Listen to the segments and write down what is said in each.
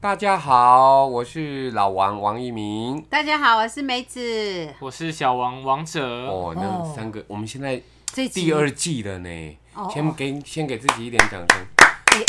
大家好，我是老王王一鸣。大家好，我是梅子。我是小王王者，哦，那哦三个，我们现在这集第二季了呢哦，先哦给先给自己一点掌声。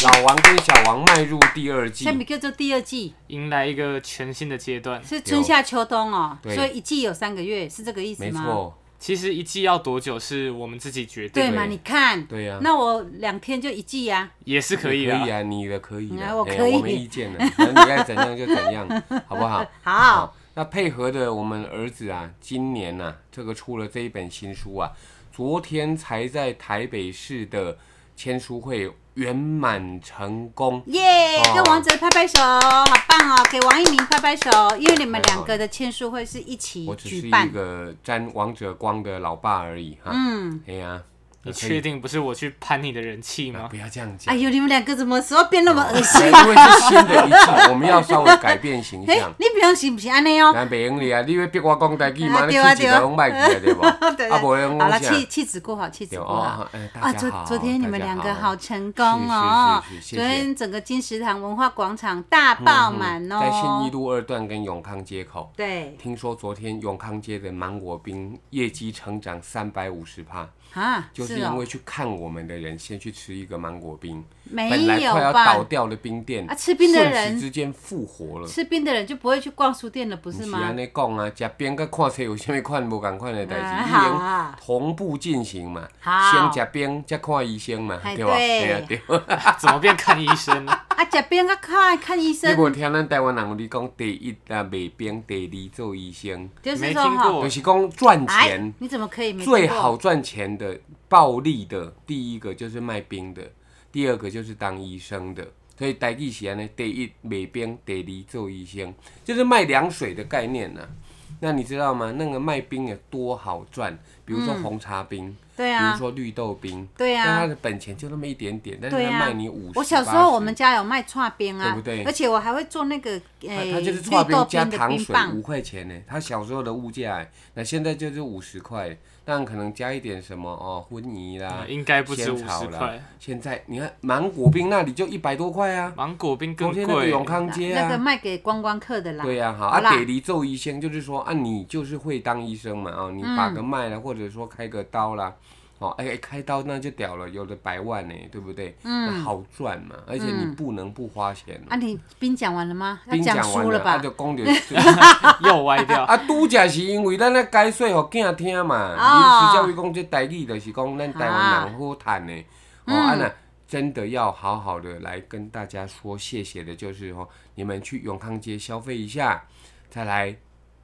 老王跟小王迈入第二季下，面叫做第二季，迎来一个全新的阶段。是春夏秋冬哦，对所以一季有三个月，是这个意思没吗？，错，其实一季要多久是我们自己决定，对嘛？对你看，对呀那我两天就一季呀、也是可以可的。以啊，你的可以嗯啊，我哎可以我没意见了，反正你爱怎样就怎 样，好不好？好，那配合的我们儿子啊，今年呐、这个出了这一本新书啊，昨天才在台北市的签书会圆满成功。耶、哦跟王哲拍拍手，好棒哦！给王一鸣拍拍手，因为你们太好两个的签书会是一起我只是举一办。个沾王者光的老爸而已哈。嗯，哎呀、你可以确定不是我去攀你的人气啊吗？ 不要这样讲。哎哎呦，你们两个怎么时候变那么啊恶心？哎因为是新的一季，我们要稍微改变形哎、象。你平常是不是安尼哦？那袂用你啊，你要逼我讲代志嘛，啊你对啊气质都卖去啊， 对不？哦对啊，无用好了，讲啥气气质顾好，气质对顾哦好。，哎大啊，家昨好昨天你们大家两个好成功哦！是是是是谢谢昨天整个金石堂文化广场大爆满哦，在信义路二段跟永康街口。对听说昨天永康街的芒果冰业绩成长三百五十帕，啊，就是哦因为去看我们的人先去吃一个芒果冰，本来没有快要倒吧？掉的冰店啊吃冰的人瞬时之间复活了。吃冰的人就不会去逛书店了，不是不是吗安？尼讲啊，食冰甲看册有啥物款无共款的代啊志，好已经啊同步进行嘛。好先食冰，再看医生嘛，哎对吧？对 对啊，对啊。怎么变看医生 呢？啊，吃冰啊，看看医你生，无听咱台湾人有咧讲，第一啊卖冰，第二做医生，就是没说听哈，过就是讲赚哎钱，你怎么可以没听过最好赚钱的暴利的，第一个就是卖冰的，第二个就是当医生的。所以台语是安尼，第一卖冰，第二做医生，就是卖凉水的概念呐、那你知道吗？那个卖冰有多好赚？比如说红茶冰，嗯对比如啊，说绿豆冰，对那它啊，的本钱就那么一点点，但是对它啊卖你五十。我小时候我们家有卖串冰啊，对不对而且我还会做那个它诶它就是哎绿刨豆冰加冰的糖冰水棒五，块钱呢，它小时候的物价欸，那现在就是五十块，但可能加一点什么哦，荤泥啦嗯，应该不止仙五草十啦块，现在你看芒果冰那里就一百多块啊，芒果冰昨更天那个贵。永康街那个啊。卖给观光客的啦。对呀、好好啦啊，给离咒医生就是说啊，你就是会当医生嘛啊、哦，你把嗯个脉啦，或者说开个刀啦，哦，哎、哎开刀那就屌了，有的百万呢，对不对？嗯，好赚嘛，而且你不能不花钱哦。嗯啊，你冰讲完了吗？要冰讲讲完书了，吧啊，？就讲着又歪掉。啊，拄则是因为咱咧解说互囝听嘛，哦临时教育讲这台语就是讲咱台湾人好谈的，哦，啊那真的要好好的来跟大家说谢谢的，就是哦，你们去永康街消费一下，再来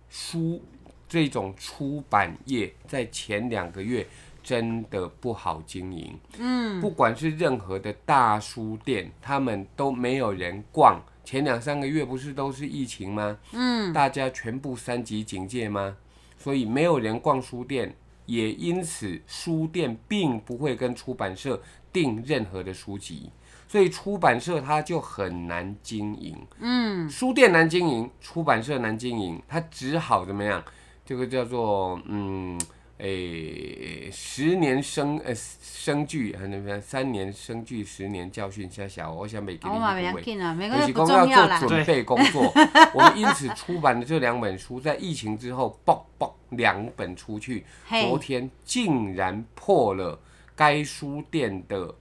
书这种出版业在前两个月真的不好经营，嗯，不管是任何的大书店，他们都没有人逛。前两三个月不是都是疫情吗？嗯，大家全部三级警戒吗？所以没有人逛书店，也因此书店并不会跟出版社订任何的书籍，所以出版社它就很难经营。嗯，书店难经营，出版社难经营，它只好怎么样？这个叫做嗯。诶、十年生呃生聚，还能不能三年生聚，十年教训下小，哦我想每个啊我嘛没要紧啊，没关就系，是不公重要要啦做。准备工作。 我们因此出版的这两本书，在疫情之后，爆爆两本出去，嘿昨，天竟然破了该书店的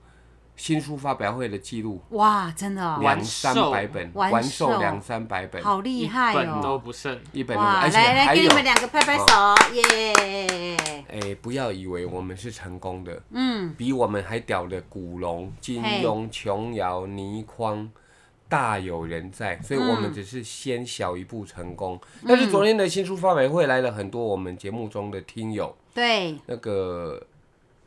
新书发表会的记录，哇，真的哦，两三百本，完售完售两三百本，好 厉害一本都哦！不剩，一本，哇，而且还来来，给有哦你。们两个拍拍手，耶！哎、不要以为我们是成功的，嗯，比我们还屌的古龙、金嘿庸、琼瑶、倪匡，大有人在，所以我嗯们只是先小一步成功。但是昨天的新书发表会来了很多我们节目中的听友，对，那个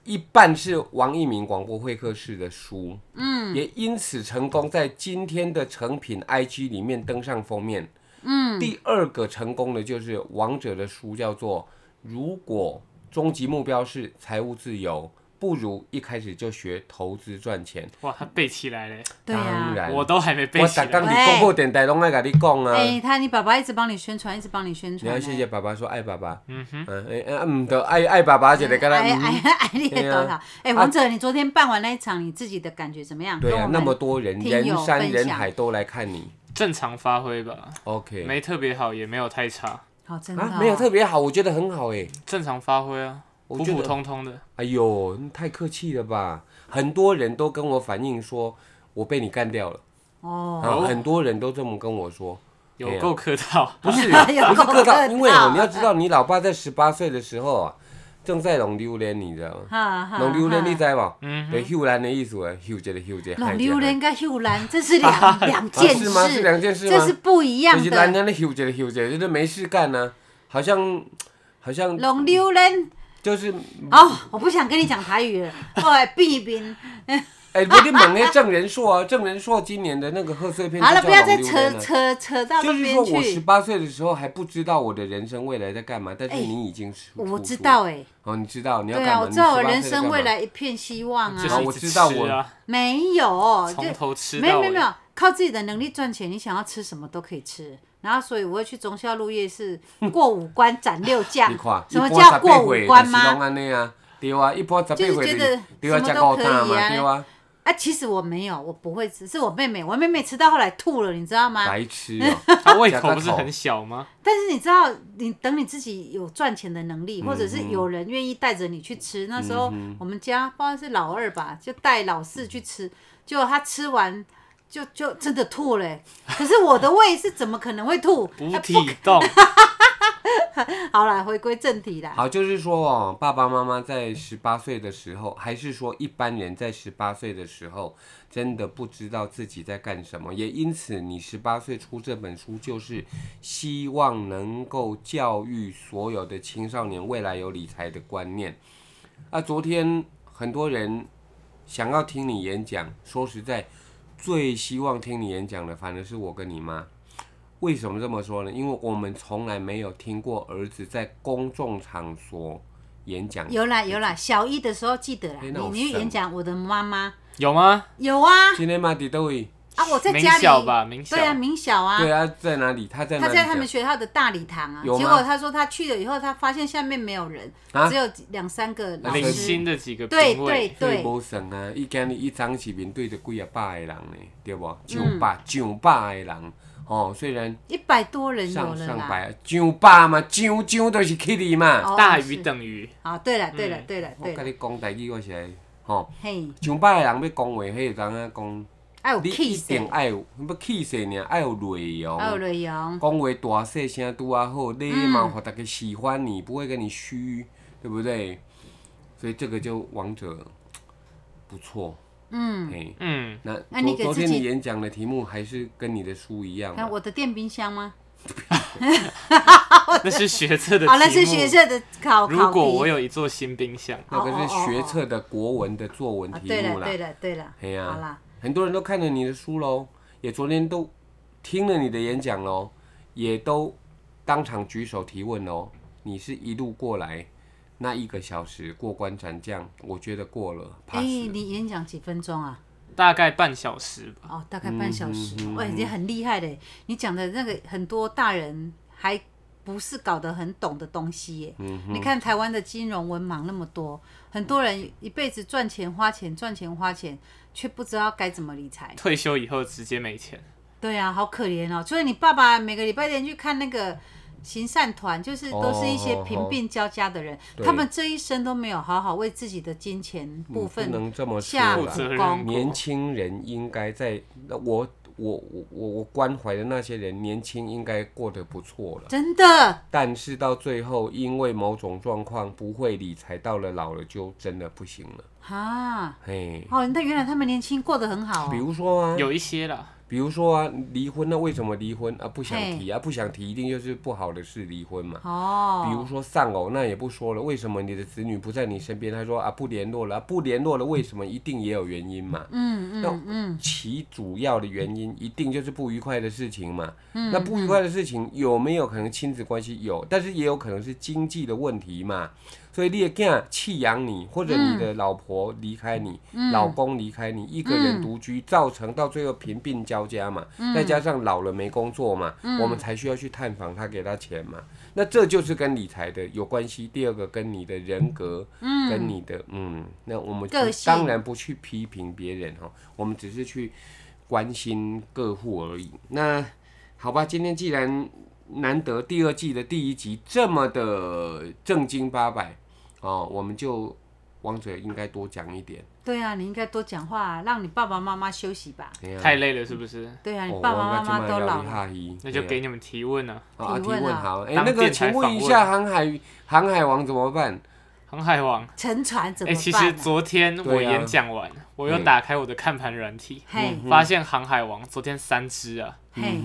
一半是王一鸣广播会客室的书，嗯，也因此成功在今天的成品 IG 里面登上封面。嗯，第二个成功的就是王者的书叫做《如果终极目标是财务自由》。不如一开始就学投资赚钱。哇，他背起来嘞！对当啊。然，我都还没背哎我起打刚来。你公布电台拢爱跟你讲啊。哎，他，你爸爸一直帮你宣传，一直帮你宣你传。要谢谢哎。爸爸说爱爸爸。嗯哼，嗯，哎哎，唔得爱爱爸爸一个，跟他哎嗯啊哎哎，你也多少？哎，王者，你昨天办完那一场，你自己的感觉怎么样？对跟啊我，那们么多人，听友人山分人享海都来看你，正常发挥吧， OK，没特别好，也没有太差，好，真的、哦啊，没有特别好，我觉得很好哎、正常发挥啊，我普觉普得通通的。哎呦，你太客气了吧！很多人都跟我反映说，我被你干掉了。哦，啊，很多人都这么跟我 说，哎有呀够客套，不是有不是够客套，客因为哦，套你要知道，你老爸在十八岁的时候啊，正在弄榴莲，你知道吗？哈哈弄榴莲，你哈知道嗯吗？对，秀兰的意思啊，秀一个秀一个，弄嗨一个榴莲跟秀兰，这是两两嗨件啊 啊是吗？是事，两件事吗？这是不一样就是咱的。那休息休息，就是没事干呢、好像好像弄榴莲就是，哦，我不想跟你讲 台语了，我来避一避。哎、不是猛哎，郑仁硕啊，郑仁硕今年的那个贺岁片好了，就不要叫再龙溜扯人了。扯扯到就那是说边我十去。八岁的时候还不知道我的人生未来在干嘛，但是哎你已经出我出知书道哎、哦，你知道你要对干嘛？啊，我你知道我18岁人在生干未嘛来一片希望就啊，好是一我直知道吃我啊，没有，就从头吃没有到没尾。有没有，靠自己的能力赚钱，你想要吃什么都可以吃。然后，所以我会去忠孝路夜市过五关斩六将你。看，什么一般叫18过五岁关就是吗拢安尼啊，对啊，一般十八就是岁觉就得是对啊，什么吃都高可大以嘛，啊对啊，啊，其实我没有，我不会吃，是我妹妹，我妹妹吃到后来吐了，你知道吗？白痴 哦。他胃口不是很小吗？但是你知道，你等你自己有赚钱的能嗯力，或者是有人愿意带着你去吃。那时候我们家不知道是老二吧，就带老四去吃，结果他吃完就就真的吐了欸、可是我的胃是怎么可能会吐？补啊体动， 好啦，回归正题啦。好，就是说哦，爸爸妈妈在十八岁的时候，还是说一般人在十八岁的时候，真的不知道自己在干什么，也因此你十八岁出这本书，就是希望能够教育所有的青少年未来有理财的观念。啊，昨天很多人想要听你演讲，说实在，最希望听你演讲的反而是我跟你妈。为什么这么说呢？因为我们从来没有听过儿子在公众场所演讲。有啦有啦，小一的时候记得啦，哎你那我你去省演讲，我的妈妈有吗？有啊今天嘛，伫都位？啊，我在明家里小吧，明小对啊，明晓啊，对啊，在哪里？他在哪他里在讲？他们学校的大礼堂啊，有吗结果他说他去了以后，他发现下面没有人，啊只有几两三个老零师，星的几个对评对委，对对，无算啊！伊今日一张是面对着几啊百个人呢，对无？嗯上百、上百个人，哦，虽然一百多人有上了上啦。百、上百嘛，上上都是去你嘛。哦大于是等于，啊，对了对了对了嗯我对甲了，你讲代志，我是会哦吼，嘿，哎上百个人要讲话，迄个人啊讲，还有你一 kiss，定爱有，要气势尔，爱有内容。还有雷阳，讲话大细声拄啊好，你嘛让大家喜欢你，不会跟你虚，对不对？所以这个就王者不错，嗯，嘿。嗯，那那昨你给昨自天你己演讲的题目还是跟你的书一样嘛看我的电冰箱吗？那是学测的题目。好，哦那是学校的考如考果我题。有一座新冰箱，那个哦哦是哦学哦测的国文的作文啊，题对目啦了对。了对了，嘿呀好啦，很多人都看了你的书喽，也昨天都听了你的演讲喽，也都当场举手提问喽。你是一路过来那一个小时过关斩将，我觉得过了哎， ，pass 了。你演讲几分钟啊？大概半小时吧。哦，大概半小时嗯嗯嗯，哇，已经很厉害嘞！你讲的那个很多大人还不是搞得很懂的东西耶。嗯你看台湾的金融文盲那么多，很多人一辈子赚钱花钱赚钱花钱，却不知道该怎么理财。退休以后直接没钱，对啊，好可怜哦！所以你爸爸每个礼拜天去看那个行善团，就是都是一些哦贫病交加的人，对嗯他们这一生都没有好好为自己的金钱部不分能这么说下负苦啦责。任功。年轻人应该在那我我我我我关怀的那些人，年轻应该过得不错了。真的，但是到最后，因为某种状况不会理财，到了老了就真的不行了。啊，嘿，哦，那原来他们年轻过得很好、比哦。如说啊，有一些啦，比如说啊，离婚那为什么离婚啊？不想提啊，不想提一定就是不好的事，离婚嘛。哦，比如说丧偶，那也不说了，为什么你的子女不在你身边？他说啊，不联络了，啊不联络了，为什么？一定也有原因嘛。嗯嗯嗯，其主要的原因一定就是不愉快的事情嘛。嗯那不愉快的事情有没有可能亲子关系有？但是也有可能是经济的问题嘛。所以你的囝弃养你，或者你嗯的老婆离开你，老公离开你，一个人嗯独居，造成到最后贫病交加嘛。再加上老了没工作嘛，嗯我们才需要去探访他，给他钱嘛。那这就是跟理财的有关系。第二个跟你的人格，跟你的嗯，那我们不个性哦当然不去批评别人哈，我们只是去关心各户而已。那好吧，今天既然难得第二季的第一集这么的正经八百哦，我们就王者应该多讲一点。对啊，你应该多讲话、让你爸爸妈妈休息吧。哎呀太累了是不是？对啊，你哦爸我爸妈们今妈晚都聊老一了，下一那就哎呀给你们提问了。哦啊提提问问啊好。哎，当那个，电请台问访一问下航海航海王怎么办？航海王，沉船怎哎、么其办、实啊？昨天对我啊演讲完，我又嗯打开我的看盘软体，嘿发现航海王昨天三只啊，嘿，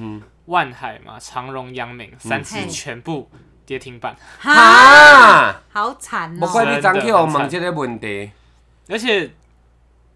万海嘛、长荣、阳明三嗯只全部跌停板，哈，啊，好惨不怪哦，你昨天真我的很问惨这个问题。而且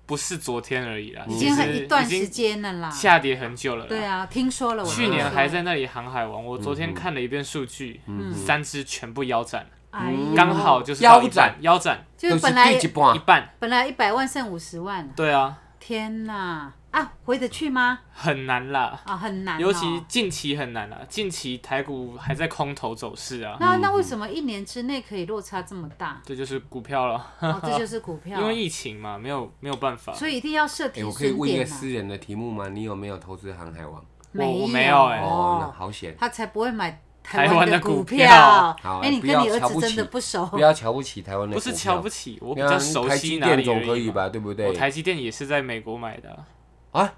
不是昨天而已啦，嗯已啊其经实很一段已时经间了啦。下跌很久了啦。对啊，听说了，我去听年说还了，在那里航海王，我昨嗯天看了一遍数据，三只全部腰斩，哎呦刚好就是到嗯一腰斩半腰斩就是是本来对一半一半。本来一百万剩五十万了，对啊，天哪啊，回得去吗？很难啦，啊，很难哦、尤其近期很难啦，近期台股还在空头走势啊，那那为什么一年之内可以落差这么大？这就是股票了，哦，这就是股票， 因为疫情嘛，没有没有办法。所以一定要设哎，停我可以损问一个点啊。私人的题目吗？你有没有投资航海王？我我没没有哎哦，那好险，他才不会买台湾湾的股股票好哎，你不跟要你儿瞧子不真的起不熟，不要瞧不起台湾的股不票，是瞧不起，我比你较看熟台悉积哪电里总而可已以嘛。吧？对不我对？台积电也是在美国买的啊啊，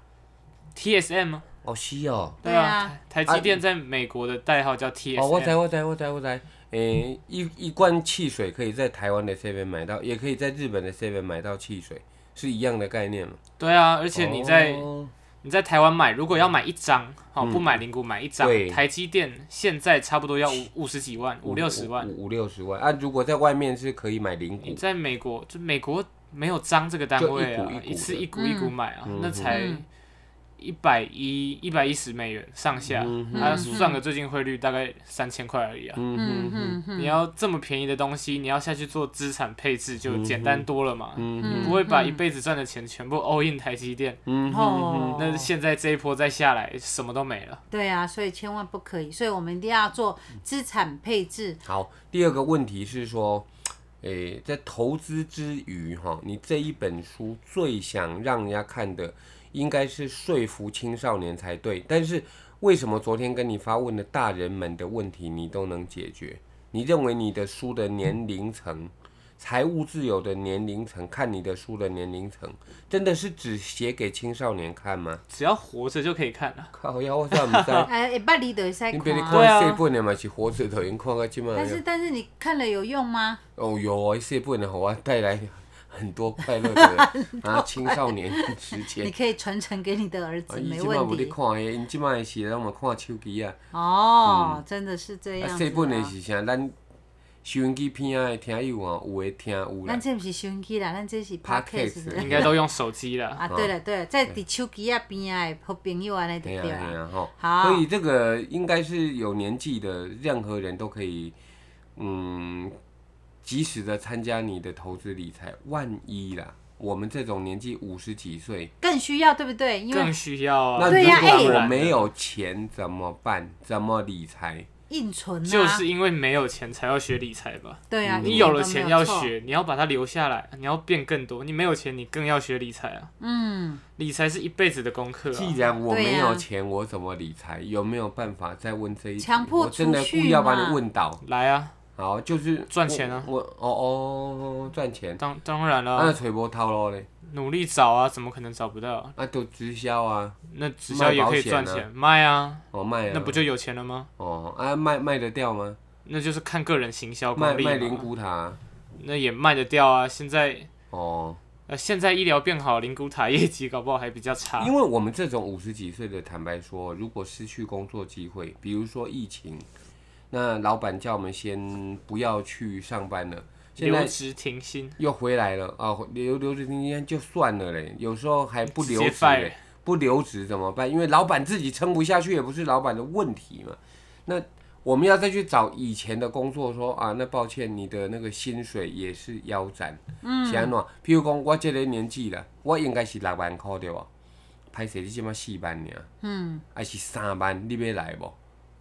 ，TSM 吗哦，是哦，对啊啊，台台积电在美国的代号叫哦，我 TSM，、在我在我在我在，诶，一一罐汽水可以在台湾的 seven 买到，也可以在日本的 seven 买到汽水，是一样的概念嘛？对啊，而且你在、哦嗯你在台湾买，如果要买一张，好、不买零股买一张对，台积电现在差不多要五五十几万，五六十万。五五六十万啊！如果在外面是可以买零股你，在美国，就美国没有张这个单位啊就一股一，股的嗯一次一股一股买啊，那才一百一一百一十美元上下，嗯啊，算个最近汇率大概三千块而已啊。嗯嗯嗯，你要这么便宜的东西，你要下去做资产配置，就简单多了嘛。嗯你不会把一辈子赚的钱全部 all in 台积电，哦，嗯那现在这一波再下来，什么都没了。对啊，所以千万不可以，所以我们一定要做资产配置，好，第二个问题是说，诶、在投资之余，哈，你这一本书最想让人家看的，应该是说服青少年才对。但是为什么昨天跟你发问的大人们的问题，你都能解决？你认为你的书的年龄层，财务自由的年龄层，看你的书的年龄层，真的是只写给青少年看吗？只要活着就可以看 了、靠呀，我怎么知道？哎，一百里的在你别你看看啊。对啊这本的嘛是活着的，你看到今嘛。但是但是你看了有用吗？哦，有哦，这不能给我带来很多快 乐的啊，青少年时你间。可以传承给你的儿子，啊，伊没即摆问无咧题。看诶，因即摆是让我看手机啊。哦，真的是这啊，样子啊。细本的是啥？咱收音机片仔的听友啊，有诶听有啦咱。这不是收音机啦，咱这是 Podcast 哦 podcast 应该都用手机了。啊，对了对了，在伫手机啊边啊的好朋友安尼就嘿啊对嘿了。啊吼，好所以这个应该是有年纪的任何人都可以，嗯，及时的参加你的投资理财。万一啦，我们这种年纪五十几岁，更需要，对不对？因更为需要啊！那对呀如果哎我没有钱怎么办？怎么理财？硬存啊，就是因为没有钱才要学理财吧？嗯对啊，你一点有都了没钱要错，学，你要把它留下来，你要变更多。你没有钱，你更要学理财啊！嗯，理财是一辈子的功课既啊！然我没对有呀钱，我怎么理财？有没有办法再问这一题？强迫我真的储故蓄意要把嘛你问倒。来啊，好，就是赚钱啊我我哦哦，赚钱。啊当当然了，那吹波套路嘞，努力找啊，怎么可能找不到？那都直销啊，那直销也可以赚卖保钱，卖啊，哦卖啊，那不就有钱了吗？哦啊卖卖得掉吗？那就是看个人行销卖功力卖灵嘛。骨塔啊那也卖得掉啊！现在哦，呃，现在医疗变好，灵骨塔业绩搞不好还比较差因。为我们这种五十几岁的，坦白说，如果失去工作机会，比如说疫情，那老板叫我们先不要去上班了， 现留在职停薪，又回来了啊，留留职停薪就算了嘞，有时候还不留直接职 fire 嘞，不留职怎么办？因为老板自己撑不下去，也不是老板的问题嘛。那我们要再去找以前的工作说啊，那抱歉，你的那个薪水也是腰斩，嗯，是安怎？譬如讲，我这个年纪了，我应该是六万块对吧？拍摄你即马四万尔，嗯，还是三万，你要来不？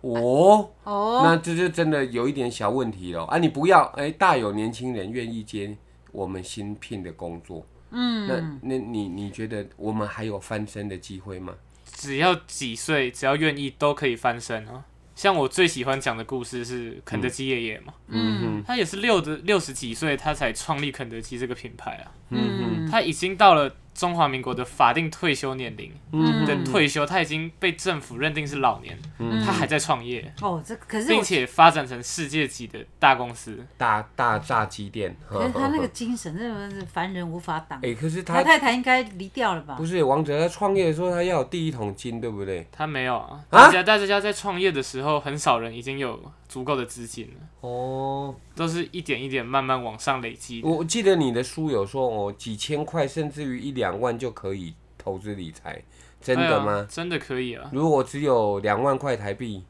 哦，哦，那这就真的有一点小问题了啊！你不要哎，大有年轻人愿意接我们新聘的工作，嗯，那那你你觉得我们还有翻身的机会吗？只要几岁，只要愿意，都可以翻身啊。像我最喜欢讲的故事是肯德基爷爷嘛，嗯，他也是六的六十几岁，他才创立肯德基这个品牌啊，嗯，他已经到了中华民国的法定退休年龄，嗯，的退休他已经被政府认定是老年，嗯他还在创业，哦，这可是我并且发展成世界级的大公司，大大炸鸡店，可是 他那个精神，真的是凡人无法挡。哎、可是他他太太应该离掉了吧不？是王者，他创业的时候他要有第一桶金，对不对？他没有啊，啊大家大家在创业的时候，很少人已经有足够的资金了，哦，都是一点一点慢慢往上累积的。我记得你的书有说哦，几千块甚至于一两万就可以投资理财，真的哎呀吗？真的可以啊，如果只有两万块台币，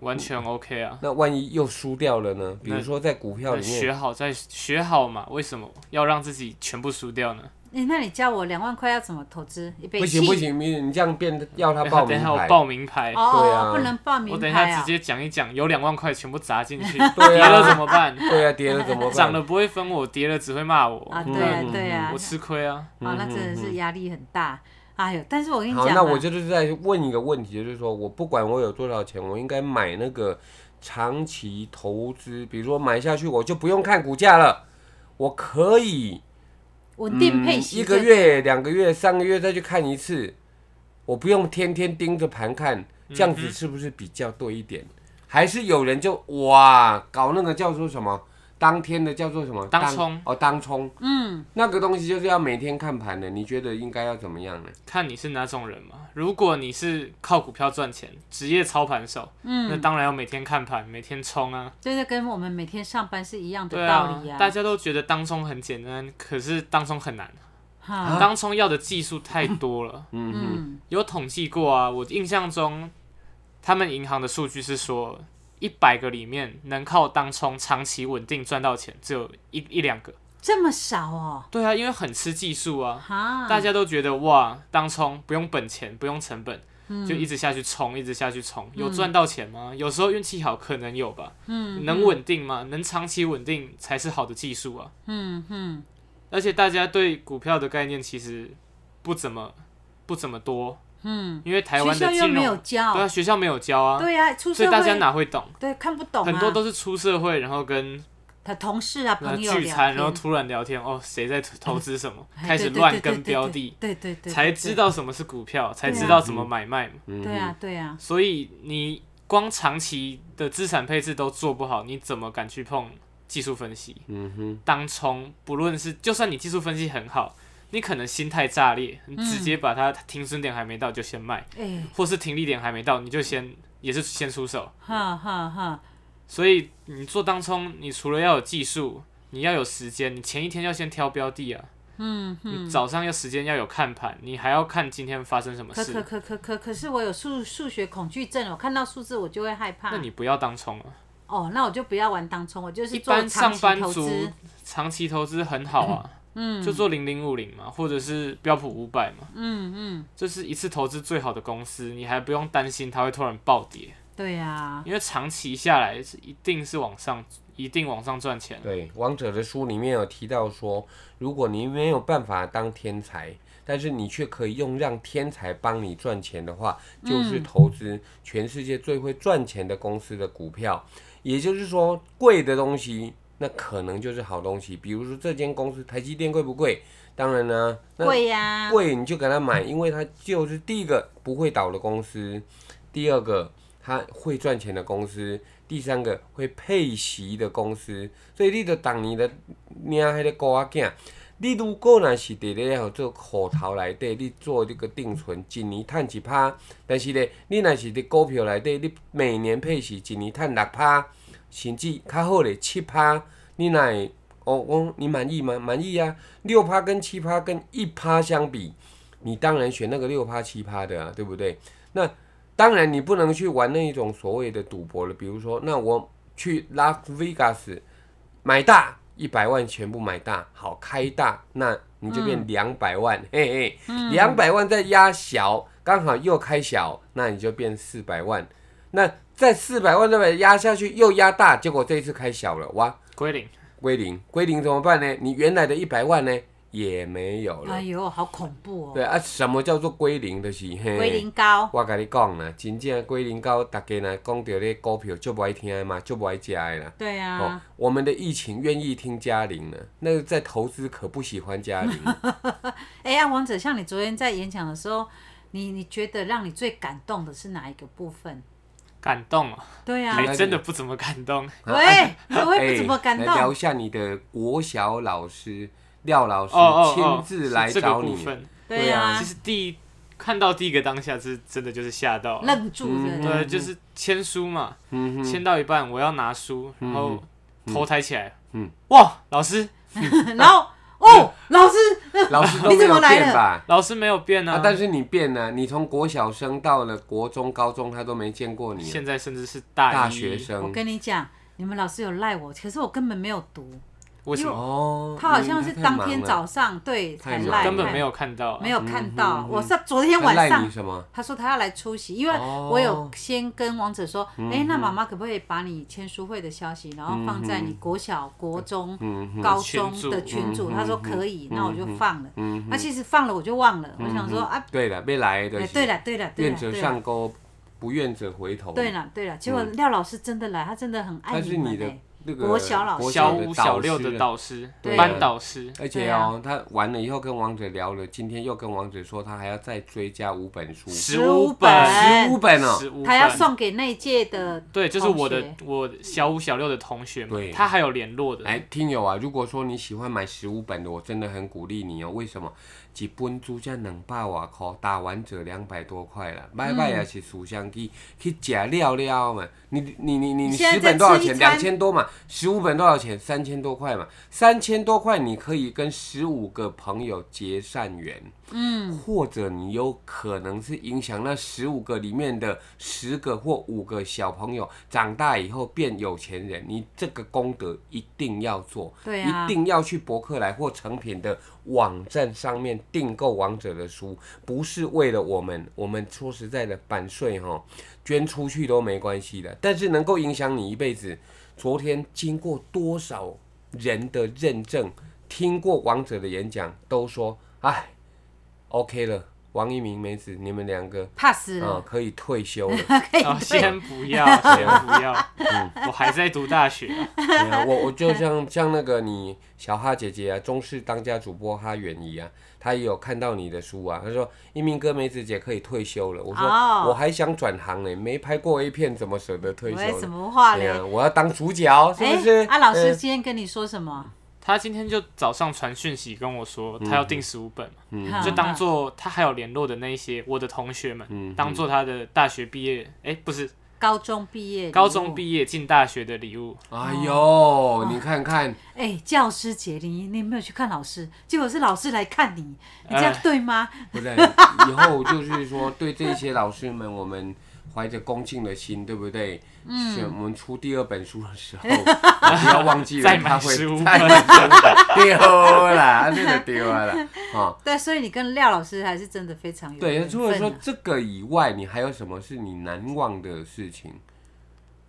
完嗯全 OK 啊。那万一又输掉了呢？比如说在股票那啊里学面，好再学好嘛，为什么要让自己全部输掉呢？哎、那你教我两万块要怎么投资？一杯不行不行，你你这样变要他等一下报哎等名一下我牌，报名牌，哦哦对啊不能报名我等一牌下啊直！接讲一讲，有两万块全部砸进 去，对跌啊了怎么办？对啊，跌了 怎么涨办？了不会分我，跌了只会骂我，啊，对啊嗯对啊，我吃亏啊。啊，那真的是压力很大。哎呦，但是我跟你好，讲啊，那我就是在问一个问题，就是说我不管我有多少钱，我应该买那个长期投资，比如说买下去我就不用看股价了，我可以嗯稳嗯定配息一就个月、两个月、三个月再去看一次，我不用天天盯着盘嗯看，这样子是不是比较对一点？还是有人就哇搞那个叫做什么？当天的叫做什么？当冲哦，当冲，嗯，那个东西就是要每天看盘的。你觉得应该要怎么样呢？看你是哪种人嘛。如果你是靠股票赚钱，职业操盘手，嗯那当然要每天看盘，每天冲啊。就是跟我们每天上班是一样的嗯对道啊理，大家都觉得当冲很简单，可是当冲很难。哈，当冲要的技术太多了，嗯，有统计过啊。我印象中，他们银行的数据是说，一百个里面能靠当冲长期稳定赚到钱，只有一一两个。这么少哦，对啊，因为很吃技术啊。哈，大家都觉得哇，当冲不用本钱，不用成本，嗯就一直下去冲，一直下去冲，有赚到钱吗？有时候运气好，可能有吧。嗯，能稳定吗？能长期稳定才是好的技术啊。嗯嗯，而且大家对股票的概念其实不怎么不怎么多。嗯，因为台学湾的校又金没有融对啊，教，学校没有教啊，对啊，出社所以大家会哪会懂？对看不懂啊，很多都是出社会，然后跟他同事啊呃朋友聚聊餐，天然后突然聊天，哦，谁在 投资什么，哎开始对对乱对跟对对标对的，对对对，啊才对知，道什么是股票，才知道怎么买卖嘛。对啊对啊，所以你光长期的资产配置都做不好，你怎么敢去碰技术分析？嗯哼，当冲，不论是就算你技术分析很好，你可能心态炸裂，你直接把它停损点还没到就先卖，哎，或是停利点还没到你就先也是先出手。哈哈哈，所以你做当冲，你除了要有技术，你要有时间，你前一天要先挑标的啊。嗯，你早上要时间要有看盘，你还要看今天发生什么可事。可可可可可是我有数数学恐惧症，我看到数字我就会害怕那，你不要当冲啊！哦，那我就不要玩当冲，我就是一做般长上期班投族资，长期投资很好 啊，嗯，就做零零五零嘛，或者是标普五百嘛，嗯嗯，这是一次投资最好的公司，你还不用担心它会突然暴跌，对啊，因为长期下来是一定是往上，一定往上赚钱。对，王者的书里面有提到说，如果你没有办法当天才，但是你却可以用让天才帮你赚钱的话，就是投资全世界最会赚钱的公司的股票。也就是说，贵的东西那可能就是好东西。比如说这间公司，台积电贵不贵？当然啦、那贵呀，贵你就给他买，因为它就是第一个不会倒的公司，第二个它会赚钱的公司，第三个会配息的公司，所以你就当你的领迄个股仔囝。你如果若是伫咧吼做户头内底，你做这个定存，一年趁一趴，但是咧，你若是伫股票内底，你每年配息一年趁六趴，甚至较好咧七趴，你若会哦，我你满意吗？满意啊！六趴跟七趴跟一趴相比，你当然选那个六趴七趴的啊，对不对？那当然你不能去玩那一种所谓的赌博了，比如说，那我去拉斯维加斯买大一百万全部买大，好开大，那你就变两百万，嘿嘿，两百万再压小，刚好又开小，那你就变四百万，那。在四百万那边压下去，又压大，结果这一次开小了，哇，归零，归零，归零怎么办呢？你原来的一百万呢，也没有了。哎呦，好恐怖对哦！啊，什么叫做归零？就是嘿龟苓膏，我甲你讲啦，真正龟苓膏，大家若讲到咧股票，足无爱听的嘛，足无爱食的啦。对哦啊，，我们的疫情愿意听嘉玲呢，那个在投资可不喜欢嘉玲。哎呀，王者，像你昨天在演讲的时候，你你觉得让你最感动的是哪一个部分？感动啊，对啊哪还、，个真的不怎么感动。喂， 我也哎不怎么感来聊一动。下你的国小老师廖老哦哦师哦亲，自来是这个找部你，分，对啊啊其，实第一看到第一个当下是真的就是吓到啊，愣住的。对，就是签书嘛，嗯哼签到一半我要拿书，然后头抬起来，嗯哇，老师，然后哦，老师，老 师都你没怎有么来变了吧？老师没有变啊啊，，但是你变了，你从国小生到了国中、高中，他都没见过你啊，现在甚至是大一大学，我生跟你讲，你们老师有赖我，可是我根本没有读，为什么哦，他好像嗯是太当忙天了早上对太才忙赖，根本没有看到啊？没有看到，嗯我是昨天他晚赖上你。什么？他说他要来出席，因为哦我有先跟王者说，哎、那妈妈可不可以把你签书会的消息，然后放在你国小、国中、高中的群组？他说可以，那我就放了。那、其实放了我就忘了，我想说啊，对了，被来的哎，是对了，对了，对愿了，者对上了，钩，不愿者回头。对了，对了。结果廖老师真的来，他真的很爱他你是们、你欸。的那个国小老师国小小的五、小六师的导师、对班导师，而且啊哦，他完了以后跟王者聊了，今天又跟王者说他还要再追加五本书，十15本五本哦，十五他要本送给那一届的对，就是同我的学我小五、小六的同学嘛对，他还有联络的，哎，听友啊，如果说你喜欢买十五本的，我真的很鼓励你哦。为什么？一本书才两百外块，打完折两百多块嗯了。买买也是书香去去吃了了嘛。你你你你你你现在十本在多少吃一钱？两餐千多嘛。十五本多少钱？三千多块嘛。三千多块你可以跟十五个朋友结善缘，嗯，或者你有可能是影响那十五个里面的十个或五个小朋友长大以后变有钱人，你这个功德一定要做。对啊一定要去博客来或成品的网站上面订购王者的书，不是为了我们，我们说实在的，版税哈捐出去都没关系的，但是能够影响你一辈子。昨天经过多少人的认证，听过王者的演讲，都说哎，OK 了，王一鸣、梅子，你们两个 pass 啊、了，可以退休了。可 以啊，对先不要，先不要，嗯我还在读大学啊， 对啊，我我就像像那个你小哈姐姐啊，中视当家主播哈远怡啊，她也有看到你的书啊，她说一鸣哥梅子姐可以退休了，我说、哦我还想转行呢，没拍过 A 片怎么舍得退喂，休什呢？么话对嘞呀、？我要当主角，是不是？哎，啊，老师嗯今天跟你说什么？他今天就早上传讯息跟我说，他要订十五本嘛，哈就当做他还有联络的那一些我的同学嗯们，当做他的大学毕业，哎，不是高中毕业礼物，高中毕业进大学的礼物，哎呦，哦你看看，哎、教师节，你你没有去看老师，结果是老师来看你，你这样对吗？不对，以后就是说对这些老师们，我们怀着恭敬的心，对不对？嗯是我们出第二本书的时候， 不要忘记了再买他会再15 买15本丢啦，真的丢了啦 啊！对，所以你跟廖老师还是真的非常有对，缘除了分说啊这个以外，你还有什么是你难忘的事情？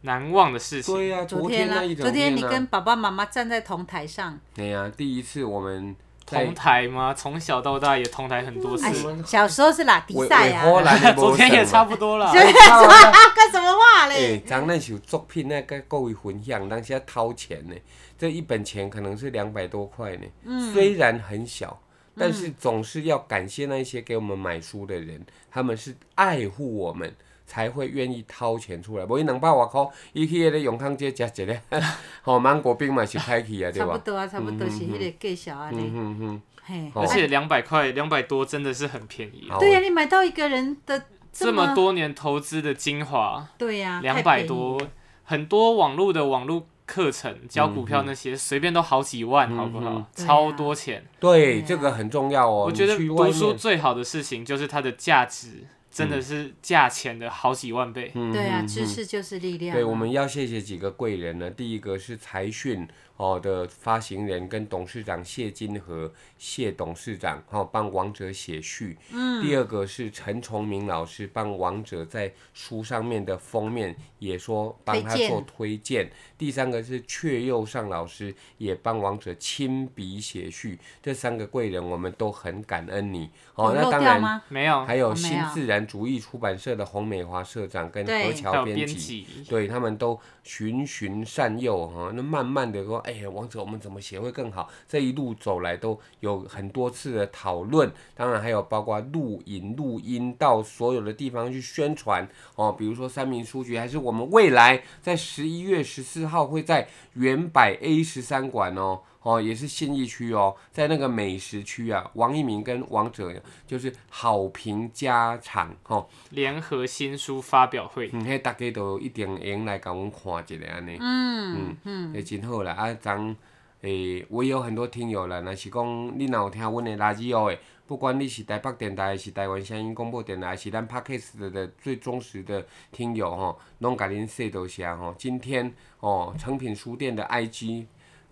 难忘的事情。对呀、昨天啦、那一整昨天你啊跟爸爸妈妈站在同台上，对呀、第一次我们在同台吗？从小到大也同台很多哎次，么，小时候是拉迪尾赛尾波啊，兰的 昨天也差不多啦。对差不多。干什么话哎、嘞？咱那首作品那个各位分享，咱现在掏钱呢，这一本钱可能是两百多块呢。嗯虽然很小，但是总是要感谢那一些给我们买书的人，他们是爱护我们。才会愿意掏钱出来，无伊两百外箍，伊去迄个永康街食一个， 吼、芒果冰嘛是开去啊，对差不吧？多啊，差不多是迄个介绍啊嘞，嗯哼，嘿，哦而且两百块、两百多真的是很便宜。好，对呀、你买到一个人的这么，多年投资的精华，对呀、两啊太百便宜了，多，很多网络的网络课程教股嗯票那些，随便都好几万，好不好？对啊超多钱。对这个很重要哦。我觉得你去外读面嗯书最好的事情就是它的价值真的是价钱的好几万倍。对啊，知识就是力量啊。对，我们要谢谢几个贵人呢。第一个是财讯哦的发行人跟董事长谢金河，谢董事长哦帮王者写序。嗯。第二个是陈崇明老师帮王者在书上面的封面也说帮他推荐做推荐。第三个是阙右上老师也帮王者亲笔写序。这三个贵人我们都很感恩你哦。有那漏当掉然。吗？没有，还哦有没新有自然主义出版社的洪美华社长跟对何还桥有编编辑，辑，对他们都循循善诱哈，那慢慢的说，哎、呀，王者我们怎么写会更好？这一路走来都有很多次的讨论，当然还有包括录影、录音到所有的地方去宣传哦，比如说三明书局，还是我们未来在十一月十四号会在原百 A 十三馆哦。哦，也是信义区哦，在那个美食区啊，王一鸣跟王者就是好评加场哦，联合新书发表会，嗯，迄大家都一定会用来甲阮看一下安尼，嗯嗯，也真好啦。啊，咱诶、我也有很多听友啦，若是讲你若有听阮的垃圾哦诶，不管你是台北电台，是台湾声音广播电台，是咱 Podcast 的最忠实的听友吼，拢甲恁说多谢吼。今天哦，诚品书店的 IG。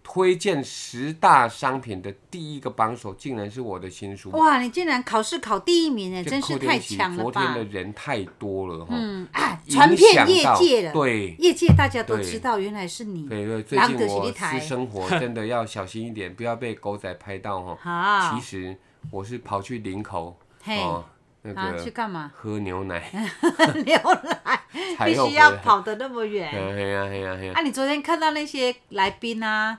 推荐十大商品的第一个榜首，竟然是我的新书。哇，你竟然考试考第一名哎，这真是扣掉太起强了昨天吧的！人太多了哈，嗯啊，影传遍响业到界了，对，业界大家都对知道，原来是你对对，最人近就是我你台私生活真的要小心一点，不要被狗仔拍到哈。啊其！实我是跑去林口嘿，哦，那啊，去个干嘛？ 喝牛奶，牛奶才必又须回要来。跑得那么远。嗯嘿呀嘿呀嘿呀！啊，你昨天看到那些来宾啊，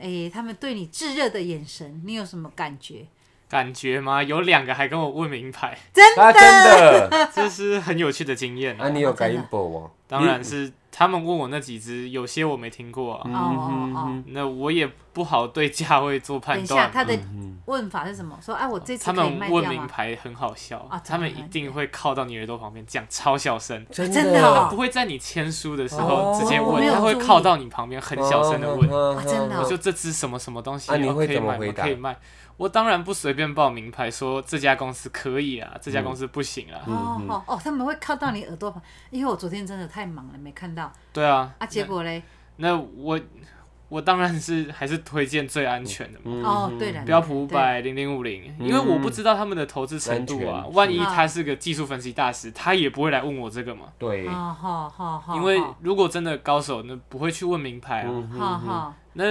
哎，他们对你炙热的眼神，你有什么感觉？感觉吗？有两个还跟我问名牌， 真啊，真的，这是很有趣的经验啊，啊。你有哦真感的应宝哦？当然是他们问我那几只，有些我没听过啊，嗯哦哦哦！那我也不好对价位做等判一下，断。他嗯的问法是什么？说啊，我这次他可以卖们掉问名吗？牌很好笑，啊他们一定会靠到你耳朵旁边讲超小声，你真真的哦不会在你签书的时哦候直接我问，没有他会注意靠到你旁边很小声的问。问啊真的哦我说这只什么什么东西，啊你哦会可以怎么买吗回答可以卖。我当然不随便报名牌，说这家公司可以啊，嗯这家公司不行啊。哦哦哦，他们会靠到你耳朵旁，因为我昨天真的太忙了，没看到对啊，啊。结果嘞，那我我当然是还是推荐最安全嗯的嘛，哦，对了，标普五百、零零五零，因为我不知道他们的投资程度安啊全，万一他是个技术分析大师，他也不会来问我这个嘛。对对，，哦，好好好，因为好如果真的高手，那不会去问名牌嗯啊。好好，那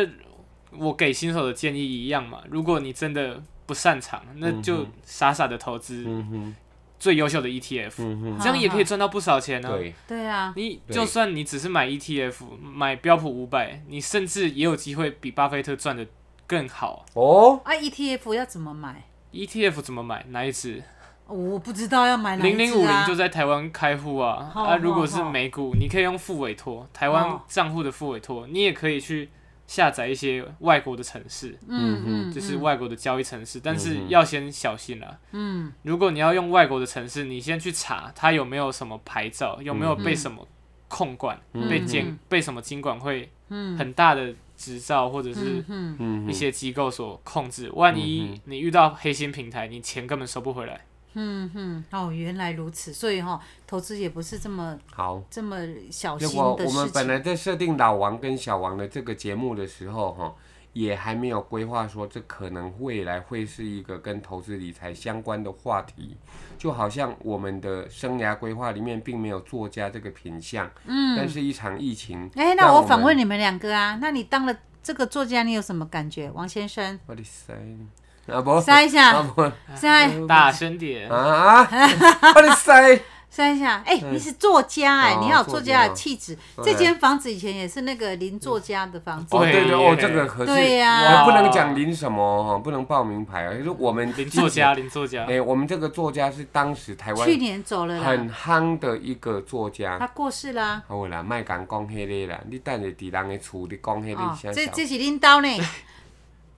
我给新手的建议一样嘛，如果你真的不擅长，那就傻傻的投资嗯哼，最优秀的 ETF，嗯哼，这样也可以赚到不少钱呢、啊。对，对啊，你对就算你只是买 ETF，买标普五百，你甚至也有机会比巴菲特赚的更好。哦，啊，ETF 要怎么买？ ETF 怎么买？哪一只？哦我不知道要买哪一零零五只啊零就在台湾开户啊！好啊，如果好是好美股，你可以用副委托，台哦湾账户的副委托，你也可以去下载一些外国的城市，嗯嗯，就是外国的交易城市，但嗯是要先小心啦。嗯如果你要用外国的城市，你先去查它有没有什么牌照，有没嗯有嗯被什么控管、被监、被什么经管会很大的执照或者是嗯，嗯一哼，嗯些机构所控制。万一你遇到黑心平台，你钱根本收不回来。嗯嗯，哦，原来如此，所以哈、投资也不是这么好。这么小结心果的我们事本情。来在设定老王跟小王的这个节目的时候，哈，也还没有规划说这可能未来会是一个跟投资理财相关的话题，就好像我们的生涯规划里面并没有作家这个品项，嗯，但是一场疫情，哎，那我反们问你们两个啊，那你当了这个作家，你有什么感觉？王先生，我的塞，啊不， 塞一下啊不，塞大声点，啊，我的 塞，塞一下，哎，你是作家哎，哦你要有作作家家的气质。对这间房子以前也是那个林作家的房子，哦对对哦，耶这个可是对呀我不能讲林什么哦，不能报名牌啊，就是我们林作家，林作家哎、，我们这个作家是当时台湾去年走了啦，很夯的一个作家。他过世啊啦。好啦，莫讲讲迄个啦，你等下伫人的厝，你讲迄哦个，啥这小？这是恁 兜呢，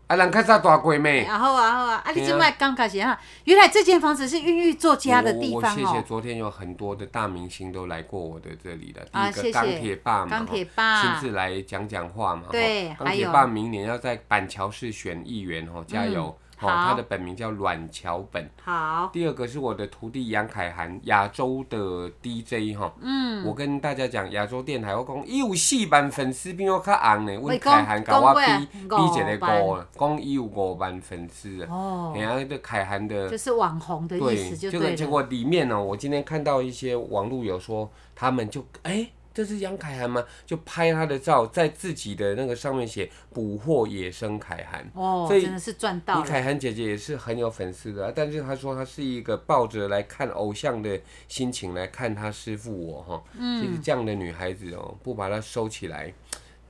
啊，人较早大过咩？然后啊好啊，啊你对啊这卖尴尬些哈，原来这间房子是孕育作家的我地啊我方谢谢哦，昨天有很多的大明星都来过我的这里了。啊第谢一个谢钢铁爸嘛，钢铁吼爸亲自来讲讲话嘛。吼对钢还铁有爸明年要在板桥市选议员哦，加油！嗯哦，他的本名叫阮桥本。好，第二个是我的徒弟杨凯涵，亚洲的 DJ 哈。嗯，我跟大家讲，亚洲电台我讲，伊有四万粉丝比我较红呢。阮凯涵甲我比比讲讲一个五五，讲伊有五万粉丝啊。哦，然后这凯涵的就是网红的意思就这对个了。结果里面呢、我今天看到一些网路有说，他们就哎、这是杨凯涵吗？就拍他的照，在自己的那个上面写捕获野生凯涵。哦，所以真的是赚到李了。凯涵姐姐也是很有粉丝的啊，但是她说她是一个抱着来看偶像的心情来看她师傅我哈，嗯其实这样的女孩子哦，不把她收起来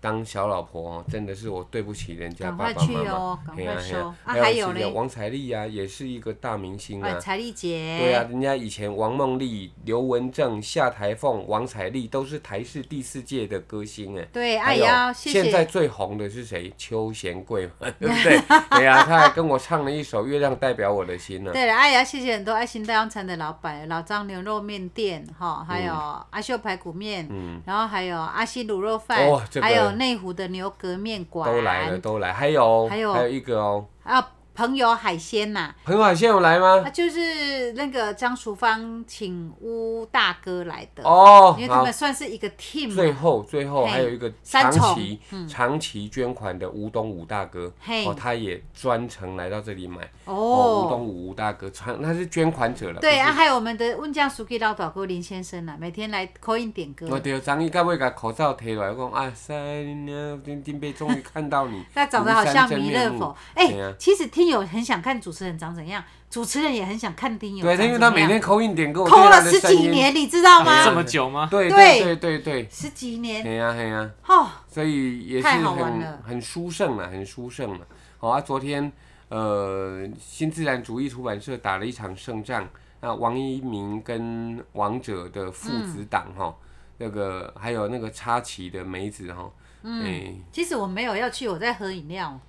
当小老婆哦，真的是我对不起人家赶爸快爸去妈妈。哦，赶嘿呀快嘿收呀啊！还有是的嘞，王彩丽啊，也是一个大明星哎，啊。彩丽姐，对啊，人家以前王梦丽、刘文正、夏台凤、王彩丽都是台视第四届的歌星哎。对，还哎有呀，谢现在谢。最红的是谁？邱贤贵嘛，对不 对？对呀、他还跟我唱了一首《月亮代表我的心》呢。对了，哎呀，谢谢很多爱心大洋餐的老板，老张牛肉面店哈，还有嗯阿秀排骨面，然后还有阿西卤肉饭哦，这个还有内湖的牛革面馆，都来了，都来，还有还有一个哦，啊，朋友海鲜呐、彭婉宪有来吗啊，？就是那个张淑芳请乌大哥来的，哦因为，他好们，算是一个 team，最嘛后最后嘿还有一个三长重期嗯长期捐款的吴东吴大哥，嘿哦，他也专程来到这里买。哦，吴哦。东吴吴大哥，长他是捐款者了。对不啊，是。还有我们的问江书记老导哥林先生啊，每天来 call in 点歌，，我哦对，张毅到尾把口罩摕落来，讲啊，三娘丁丁贝终于看到你 他长得好像庐山真弥勒面目佛。哎、对啊其实听友很想看主持人长怎样，主持人也很想看听友对，长因为怎他每样天口音点歌，我抠对了他的十声几音，年，你知道哎吗呀？这么久吗？对对对对对十几对，年嘿呀嘿呀，哦，所以也是太好玩很了很殊胜了，很殊胜了。好啊，昨天呃，新自然主义出版社打了一场胜仗，那王一鸣跟王者的父嗯子档哈，那个还有那个插旗的梅子哈，嗯哎，其实我没有要去，我在喝饮 料，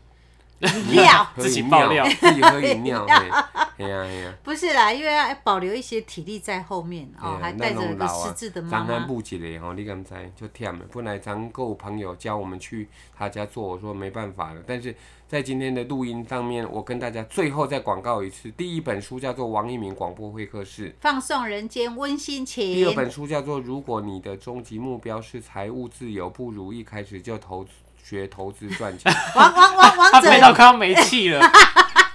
饮料。喝自己饮爆料自己喝饮料， 嘿嘿呀嘿呀。不是啦，因为要保留一些体力在后面啊哦，还带着一个失智的妈张安妈。部一个吼，你敢知？就忝了。本来咱够朋友叫我们去他家做，我说没办法了。但是在今天的录音上面，我跟大家最后再广告一次：第一本书叫做《王一鸣广播会客室》，放送人间温馨第二情，本书叫做《如果你的终极目标是财务自由，不如一开始就投学投资赚 钱》。王王王 他王背者，到哎快要没气了，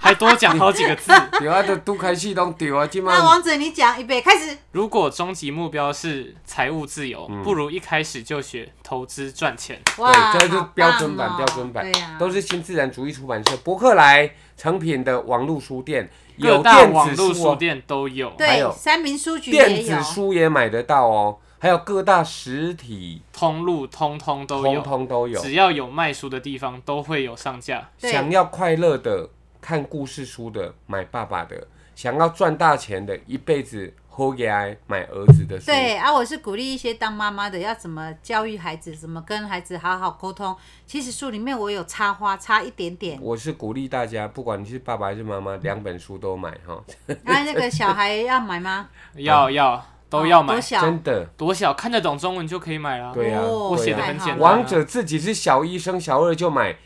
还多讲好几个字。对啊，这都开始拢对啊，今那晚王者你讲一备，开始。如果终极目标是财务自由，嗯不如一开始就学投资赚钱。哇，对，这就好棒标准版，哦标准版对呀，，都是新自然主义出版社博客来成品的网络书店，各有大电网子络书书哦。店都有。还对，有三民书局也电有子，书也买得到哦，还有各大实体通路通通都通有，通都有。只要有卖书的地方都会有上架。对想要快乐的看故事书的，买爸爸的；想要赚大钱的，一辈子 hold 给爱买儿子的书。对啊，我是鼓励一些当妈妈的要怎么教育孩子，怎么跟孩子好好沟通。其实书里面我有插花，插一点 点，我是鼓励大家，不管你是爸爸还是妈妈，两本书都买哈，那那个小孩要买吗？嗯要要都要哦买多，小，真的。多小看得懂中文就可以买啦。对啊哦我写得很太好简单了王者自己是小一生小二就买，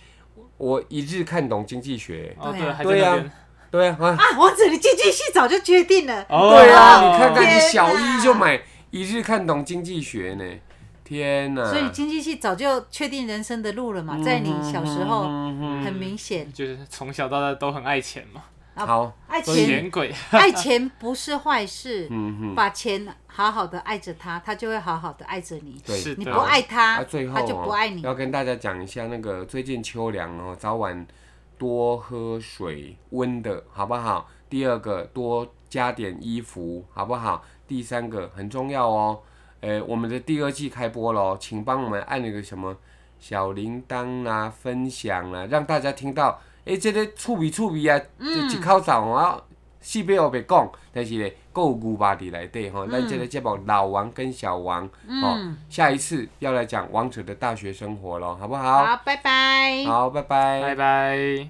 我一日看懂经济学。哦对啊对，还在那边。对啊，啊啊，王者你经济系早就决定了。哦对啊，你看看天你哪小一就买一日看懂经济学呢，天哪！所以经济系早就确定人生的路了嗯嘛，在你小时候很明显就是从小到大都很爱钱嘛，啊好，爱所以钱钱鬼。嗯爱钱不是坏事，把钱好好的爱着他，他就会好好的爱着你。对是你的不，爱他，啊，最后、哦、他就不爱你。要跟大家讲一下那个最近秋凉哦，早晚多喝水，温的好不好？第二个多加点衣服，好不好？第三个很重要哦，呃，我们的第二季开播了哦，请帮我们按那个什么小铃铛啦、分享啦、让大家听到。诶，这个趣味趣味啊，就一口罩啊，四百五百讲，但是咧，还有牛肉伫内底吼，咱这个节目老王跟小王哦，下一次要来讲王者的大学生活了，好不好？好，拜拜。好，拜拜。拜拜。